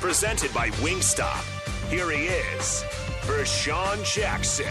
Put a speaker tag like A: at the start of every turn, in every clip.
A: Presented by Wingstop. Here he is, Vershawn Jackson.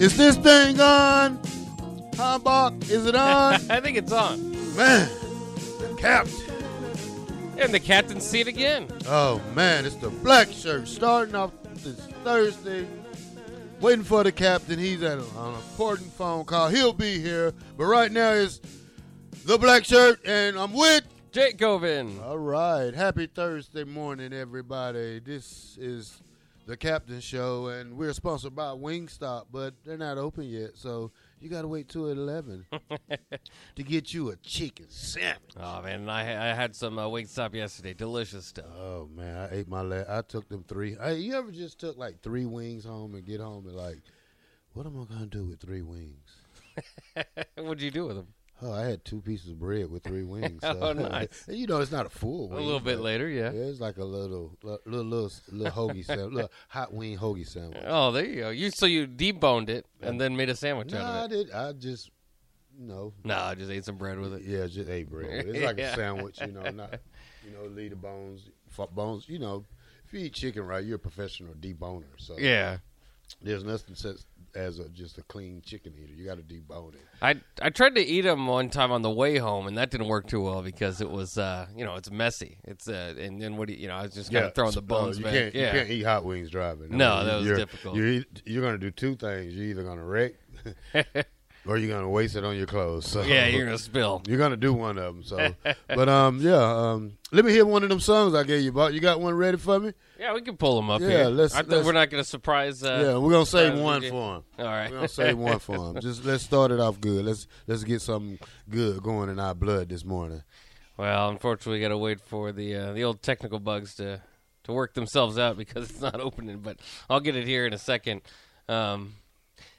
B: Is this thing on? Hambach, is it on?
C: I think it's on.
B: man, the captain.
C: And the captain's seat again.
B: Oh man, it's the black shirt starting off this Thursday. Waiting for the captain. He's at a- on an important phone call. He'll be here, but right now it's the black shirt, and I'm with.
C: Jake Govin.
B: All right, happy Thursday morning, everybody. This is the Captain Show, and we're sponsored by Wingstop, but they're not open yet, so you gotta wait till eleven to get you a chicken sandwich.
C: Oh man, I, ha- I had some uh, Wingstop yesterday. Delicious stuff.
B: Oh man, I ate my last. I took them three. Hey, you ever just took like three wings home and get home and like, what am I gonna do with three wings?
C: What'd you do with them?
B: Oh, I had two pieces of bread with three wings.
C: Oh, nice.
B: And you know, it's not a full
C: A
B: wing.
C: little bit
B: but-
C: later, yeah.
B: Yeah, it's like a little, little, little, little, little hoagie sandwich, little hot wing hoagie sandwich.
C: Oh, there you go. You so you deboned it and then made a sandwich
B: No,
C: out
B: I
C: of it.
B: did. I just, no.
C: No, I just ate some bread with it.
B: Yeah, just ate bread. It's like
C: Yeah.
B: a sandwich, you know. Not, you know, leave the bones, f- bones. You know, if you eat chicken right, you're a professional deboner. So
C: Yeah.
B: There's nothing such as a, just a clean chicken eater. You got to debone it.
C: I I tried to eat them one time on the way home, and that didn't work too well because it was uh you know it's messy. It's uh and then what do you, you know I was just kind of throwing the bones
B: you
C: back.
B: Can't,
C: yeah.
B: You can't eat hot wings driving.
C: No, that was
B: you're,
C: difficult.
B: You're, eat- you're going to do two things. You're either going to wreck or you're going to waste it on your clothes. So
C: yeah, you're gonna spill.
B: you're gonna do one of them. So, but um, yeah. Um, let me hear one of them songs I gave you. Bob. you got one ready for me?
C: Yeah, we can pull them up
B: Yeah,
C: here.
B: let's-
C: I thought
B: let's-
C: we're not gonna surprise. Uh,
B: yeah, we're gonna save
C: uh,
B: one
C: DJ.
B: for him.
C: All right.
B: We're gonna save one for him. Just let's start it off good. Let's let's get something good going in our blood this morning.
C: Well, unfortunately, got to wait for the uh, the old technical bugs to to work themselves out because it's not opening. But I'll get it here in a second. Um,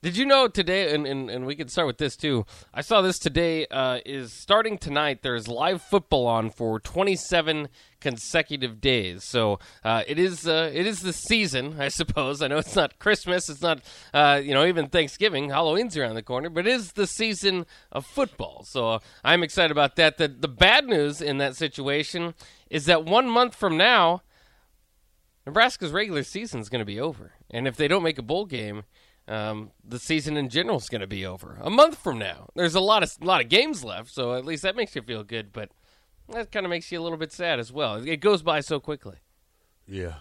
C: did you know today, and, and, and we can start with this too. I saw this today uh, is starting tonight. There's live football on for 27 consecutive days, so uh, it is uh, it is the season, I suppose. I know it's not Christmas, it's not uh, you know even Thanksgiving, Halloween's around the corner, but it is the season of football. So uh, I'm excited about that. The the bad news in that situation is that one month from now, Nebraska's regular season is going to be over, and if they don't make a bowl game, um, the season in general is going to be over a month from now. There's a lot of lot of games left, so at least that makes you feel good. But that kind of makes you a little bit sad as well. It goes by so quickly.
B: Yeah.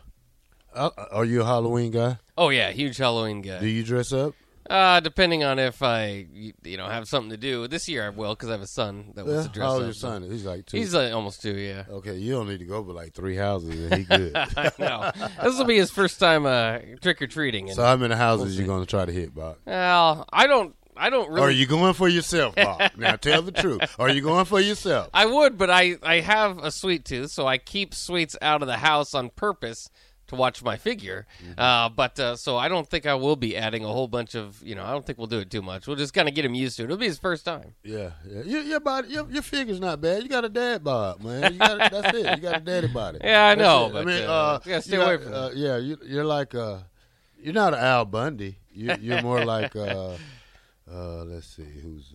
B: Uh, are you a Halloween guy?
C: Oh yeah, huge Halloween guy.
B: Do you dress up?
C: Uh, depending on if I y- you know have something to do this year, I will because I have a son that wants to dress
B: How old
C: up.
B: oh, your son? is? He's like two.
C: He's uh, almost two, yeah.
B: okay, you don't need to go for like three houses, and he good.
C: no, this will be his first time uh, trick or treating.
B: so how many houses you gonna try to hit, Bob?
C: Well, I don't, I don't really.
B: Are you going for yourself, Bob? now tell the truth. Are you going for yourself?
C: I would, but I, I have a sweet tooth, so I keep sweets out of the house on purpose to watch my figure. Uh, but uh, so I don't think I will be adding a whole bunch of you know. I don't think we'll do it too much. We'll just kind of get him used to it. It'll be his first time.
B: Yeah, yeah. Your, your body, your, your figure's not bad. You got a dad bod, man. You got a, that's it. You got a daddy body.
C: Yeah, I
B: That's
C: know,
B: it.
C: but, uh, you gotta stay
B: you're
C: away
B: not-
C: from
B: uh, Yeah, you, you're like uh, you're not an Al Bundy. You, you're more like uh, uh, let's see, who's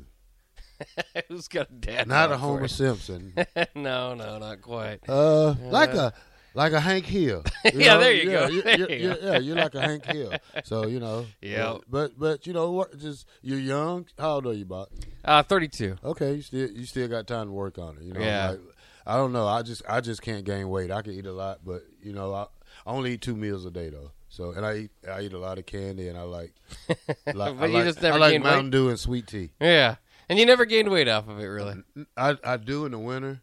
C: Who's got a dad?
B: not
C: bod
B: a Homer
C: for
B: Simpson.
C: it? no, no, not quite.
B: Uh, like a like a Hank Hill.
C: Yeah, there you go.
B: You,
C: There
B: you-
C: you
B: you-
C: go.
B: yeah, you're like a Hank Hill. So you know.
C: Yep.
B: uh, But but you know what? Just you're young. How old are you, Bob?
C: Uh, 32.
B: Okay, you still you still got time to work on it. You know.
C: Yeah.
B: like, I don't know. I just I just can't gain weight. I can eat a lot, but you know I, I only eat two meals a day though. So and I eat I eat a lot of candy and I like. like I
C: But you
B: like,
C: just never
B: I like
C: gain weight?
B: Mountain Dew and sweet tea.
C: Yeah. And you never gained weight off of it, really.
B: I I do in the winter,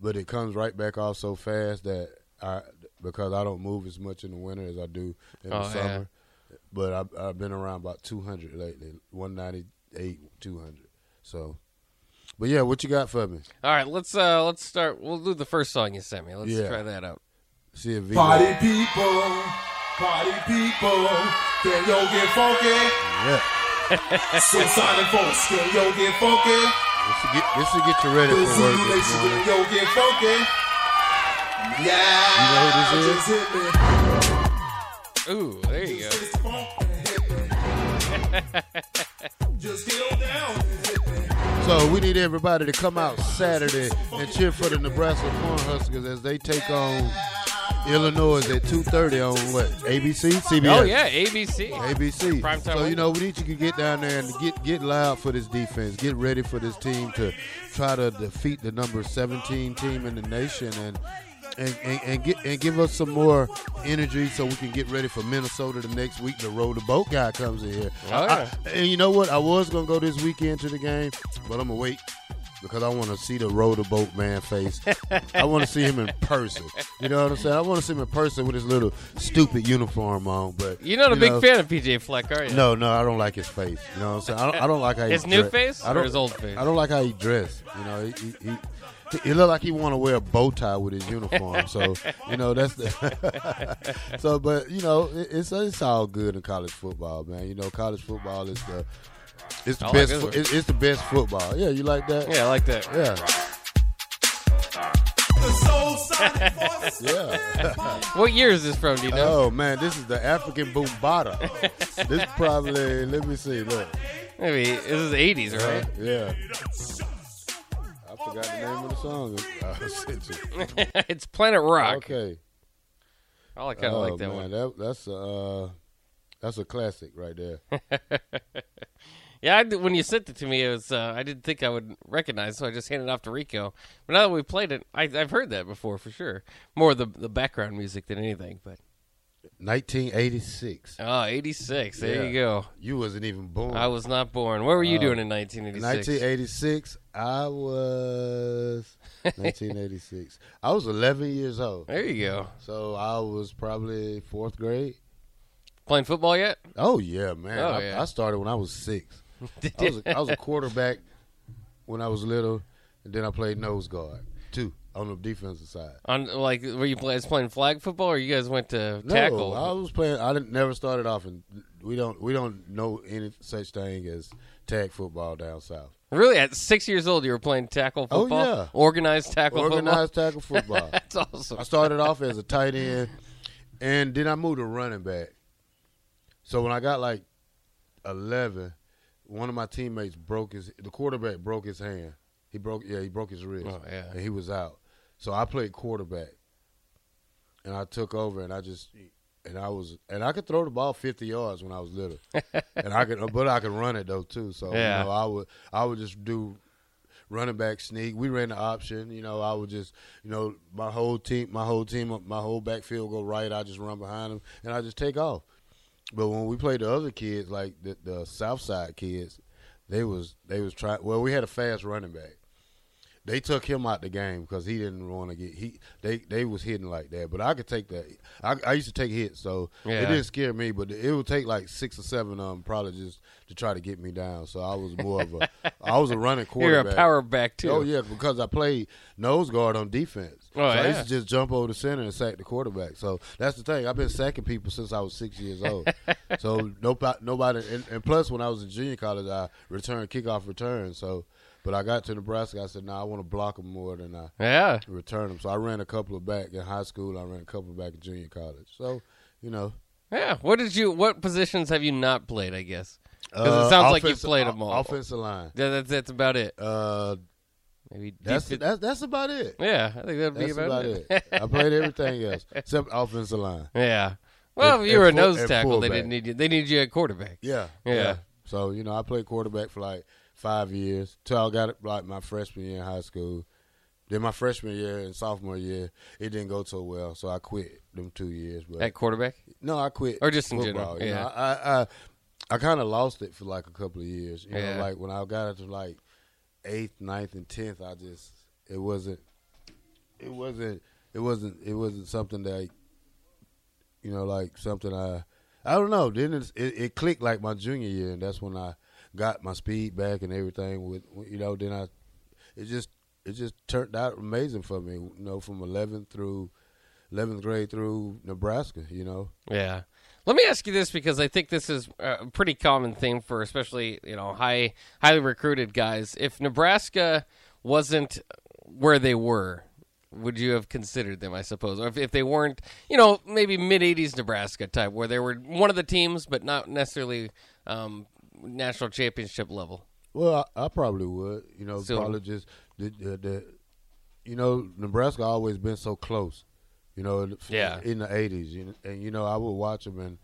B: but it comes right back off so fast that I because I don't move as much in the winter as I do in
C: Oh,
B: the
C: yeah.
B: summer. But I've I've been around about two hundred lately, one ninety eight, two hundred. So, but yeah, what you got for me?
C: All right, let's uh let's start. We'll do the first song you sent me. Let's
B: Yeah.
C: try that out.
B: See if Vito,
D: Party people, party people, can yo get funky?
B: yeah,
D: Six Sonic Folks, can yo get funky?
B: this will get this will get you ready
D: The
B: for
D: Z
B: work this
D: Nation,
B: morning.
D: can yo get funky? Yeah,
B: You know who this is?
D: just hit me.
C: Ooh, there you go.
D: It's funky, hit me. Just get on down.
B: So we need everybody to come out Saturday and cheer for the Nebraska Cornhuskers as they take on Illinois at 2:30 on what ABC, CBS.
C: Oh yeah, ABC.
B: ABC.
C: Primetime
B: so you
C: Open.
B: know we need you to get down there and get get loud for this defense. Get ready for this team to try to defeat the number 17 team in the nation and. And, and, and, get, and give us some more energy so we can get ready for Minnesota the next week. The row the boat guy comes in here.
C: Oh, yeah.
B: I- and you know what? I was gonna go this weekend to the game, but I'm gonna wait because I want to see the row the boat man face. I want to see him in person. You know what I'm saying? I want to see him in person with his little stupid uniform on. But
C: You're not a
B: you
C: big
B: know,
C: fan of PJ Fleck, are you?
B: no, no, I don't like his face. You know what I'm saying? I don't, I don't like how he
C: His new
B: dre-
C: face
B: I
C: or
B: don't,
C: his old face?
B: I don't like how he dressed. You know, he he, he, he, he looked like he want to wear a bow tie with his uniform. so you know that's the. so, but you know, it, it's it's all good in college football, man. You know, college football is the it's the
C: I like
B: best
C: this
B: fo-
C: one.
B: it, it's the best football. Yeah, you like that?
C: Yeah, I like that.
B: yeah,
D: The Soul Sonic Force.
B: yeah.
C: What year is this from? Do you know?
B: Oh man, this is the African Bumbata. this probably let me see. Look, Oh.
C: Maybe this is '80s,
B: Uh-huh.
C: right?
B: yeah. I forgot the name of the song. I sent you.
C: it's Planet Rock.
B: Okay.
C: Oh, I kind of
B: oh,
C: like that
B: man,
C: one.
B: That, that's uh, that's a classic right there.
C: Yeah, I did, when you sent it to me, it was uh, I didn't think I would recognize, so I just handed it off to Rico. But now that we played it, I, I've heard that before for sure. More the the background music than anything. But
B: 1986.
C: oh, '86. There
B: Yeah.
C: you go.
B: You wasn't even born.
C: I was not born. Where were you
B: Oh.
C: doing in 1986?
B: 1986. I was 1986. I was 11 years old.
C: There you go.
B: So I was probably fourth grade.
C: Playing football yet?
B: Oh yeah, man.
C: Oh,
B: I,
C: yeah.
B: I started when I was six. I was, a, I was a quarterback when I was little, and then I played nose guard too on the defensive side.
C: On like, were you play, playing flag football, or you guys went to
B: No,
C: tackle?
B: I was playing. I didn't never started off, and we don't we don't know any such thing as tag football down south.
C: Really, at six years old, you were playing tackle
B: Oh,
C: football,
B: yeah.
C: organized tackle
B: Organized tackle football.
C: football. That's awesome.
B: I started off as a tight end, and then I moved to running back. So when I got like eleven, one of my teammates broke his the quarterback broke his hand. He broke yeah he broke his wrist.
C: Oh, yeah.
B: and he was out. So I played quarterback, and I took over, and I just and I was and I could throw the ball fifty yards when I was little, and I could but I could run it though too. So
C: Yeah.
B: you know I would I would just do running back sneak. We ran the option. You know, I would just, you know, my whole team, my whole team, my whole backfield go right. I just run behind them and I just take off. But when we played the other kids, like the, the South Side kids, they was they was trying. Well, we had a fast running back. They took him out the game because he didn't want to get he they they was hitting like that. But I could take that. I, I used to take hits, so
C: Yeah.
B: it didn't scare me. But it would take like six or seven of them probably just to try to get me down. So I was more of a I was a running
C: You're
B: quarterback.
C: a power back too.
B: Oh yeah, because I played nose guard on defense.
C: Oh,
B: so I
C: yeah.
B: used to just jump over the center and sack the quarterback. So that's the thing. I've been sacking people since I was six years old. so nobody, nobody, and, and plus when I was in junior college, I returned kickoff return. So, but I got to Nebraska. I said, no, I want to block them more than I
C: Yeah.
B: return them. So I ran a couple of back in high school. I ran a couple back in junior college. So, you know,
C: Yeah. What did you? What positions have you not played? I guess because
B: uh,
C: it sounds like you
B: offensive-
C: played them all.
B: Offensive line.
C: Yeah, that's that's about it.
B: Uh,
C: Maybe deep
B: That's
C: it-
B: that's, that's about it.
C: yeah, I think that'd be
B: That's
C: about,
B: about
C: it.
B: it. I played everything else except offensive line.
C: Yeah. Well,
B: And-
C: if you were a
B: and full-
C: nose
B: and
C: tackle, they
B: fullback.
C: didn't need you. They needed you at quarterback.
B: Yeah,
C: Yeah.
B: So you know, I played quarterback for like five years till I got it like my freshman year in high school. Then my freshman year and sophomore year, it didn't go so well, so I quit them two years. But
C: At quarterback.
B: No, I quit.
C: Or just in general,
B: you know.
C: yeah.
B: I I, I kind of lost it for like a couple of years. You
C: Yeah.
B: know, like when I got into like eighth, ninth, and tenth, I just it wasn't, it wasn't, it wasn't, it wasn't something that, you know, like something I, I don't know. Then it's, it it clicked like my junior year, and that's when I got my speed back and everything. With you know, then I, it just it just turned out amazing for me. You know, from eleventh through. 11th grade through Nebraska, you know.
C: Yeah. Let me ask you this because I think this is a pretty common thing for especially you know high highly recruited guys. If Nebraska wasn't where they were, would you have considered them? I suppose, or if, if they weren't, you know, maybe mid '80s Nebraska type, where they were one of the teams, but not necessarily um, national championship level.
B: Well, I, I probably would. You know,
C: So-
B: probably just the, the the you know Nebraska always been so close. You know, in the-
C: Yeah.
B: in the eighties, and, and you know I would watch them and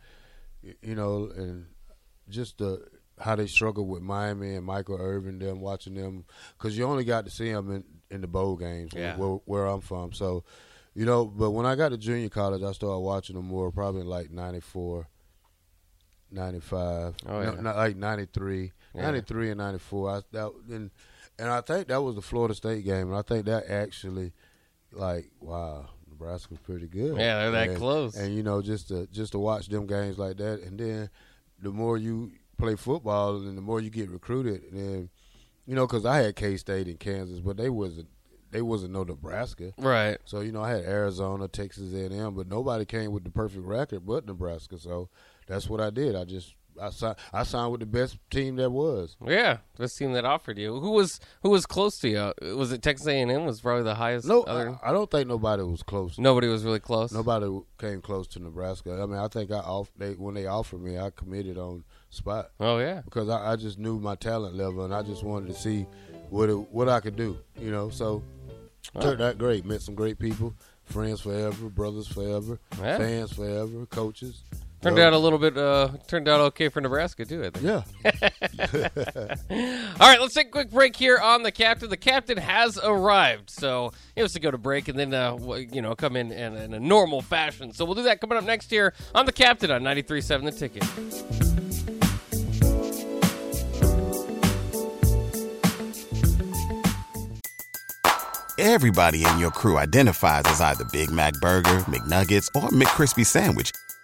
B: y- you know and just the how they struggled with Miami and Michael Irvin, them watching them because you only got to see them in, in the bowl games
C: Yeah.
B: where, where I'm from. So, you know, but when I got to junior college, I started watching them more, probably in like '94. 95 no,
C: Oh, yeah.
B: not like 93
C: Yeah.
B: 93 and 94 I, that, and, and i think that was the florida state game and i think that actually like wow nebraska's pretty good
C: Yeah, they're that
B: And-
C: close.
B: and you know just to just to watch them games like that and then the more you play football and the more you get recruited and then you know because i had k-state in kansas but they wasn't they wasn't no nebraska
C: Right.
B: so you know, I had Arizona, Texas A&M, but nobody came with the perfect record but Nebraska. So that's what I did. I just I signed I signed with the best team that was.
C: Yeah, this team that offered you. Who was who was close to you? Was it Texas A and M? Was probably the highest.
B: No,
C: other,
B: I, I don't think nobody was close.
C: nobody was really close.
B: Nobody came close to Nebraska. I mean, I think I off they when they offered me, I committed on spot
C: Oh yeah,
B: because I, I just knew my talent level and I just wanted to see what it, what I could do. You know, so turned out great. Met some great people, friends forever, brothers forever,
C: Yeah.
B: fans forever, coaches.
C: turned
B: Love-
C: out a little bit. Uh, turned out okay for Nebraska too. I think.
B: Yeah.
C: All right, let's take a quick break here on the captain. The captain has arrived, so he has to go to break and then uh, w- you know come in, in in a normal fashion. So we'll do that coming up next year on the captain on 93.7 The Ticket.
E: Everybody in your crew identifies as either Big Mac Burger, McNuggets, or McCrispy Sandwich.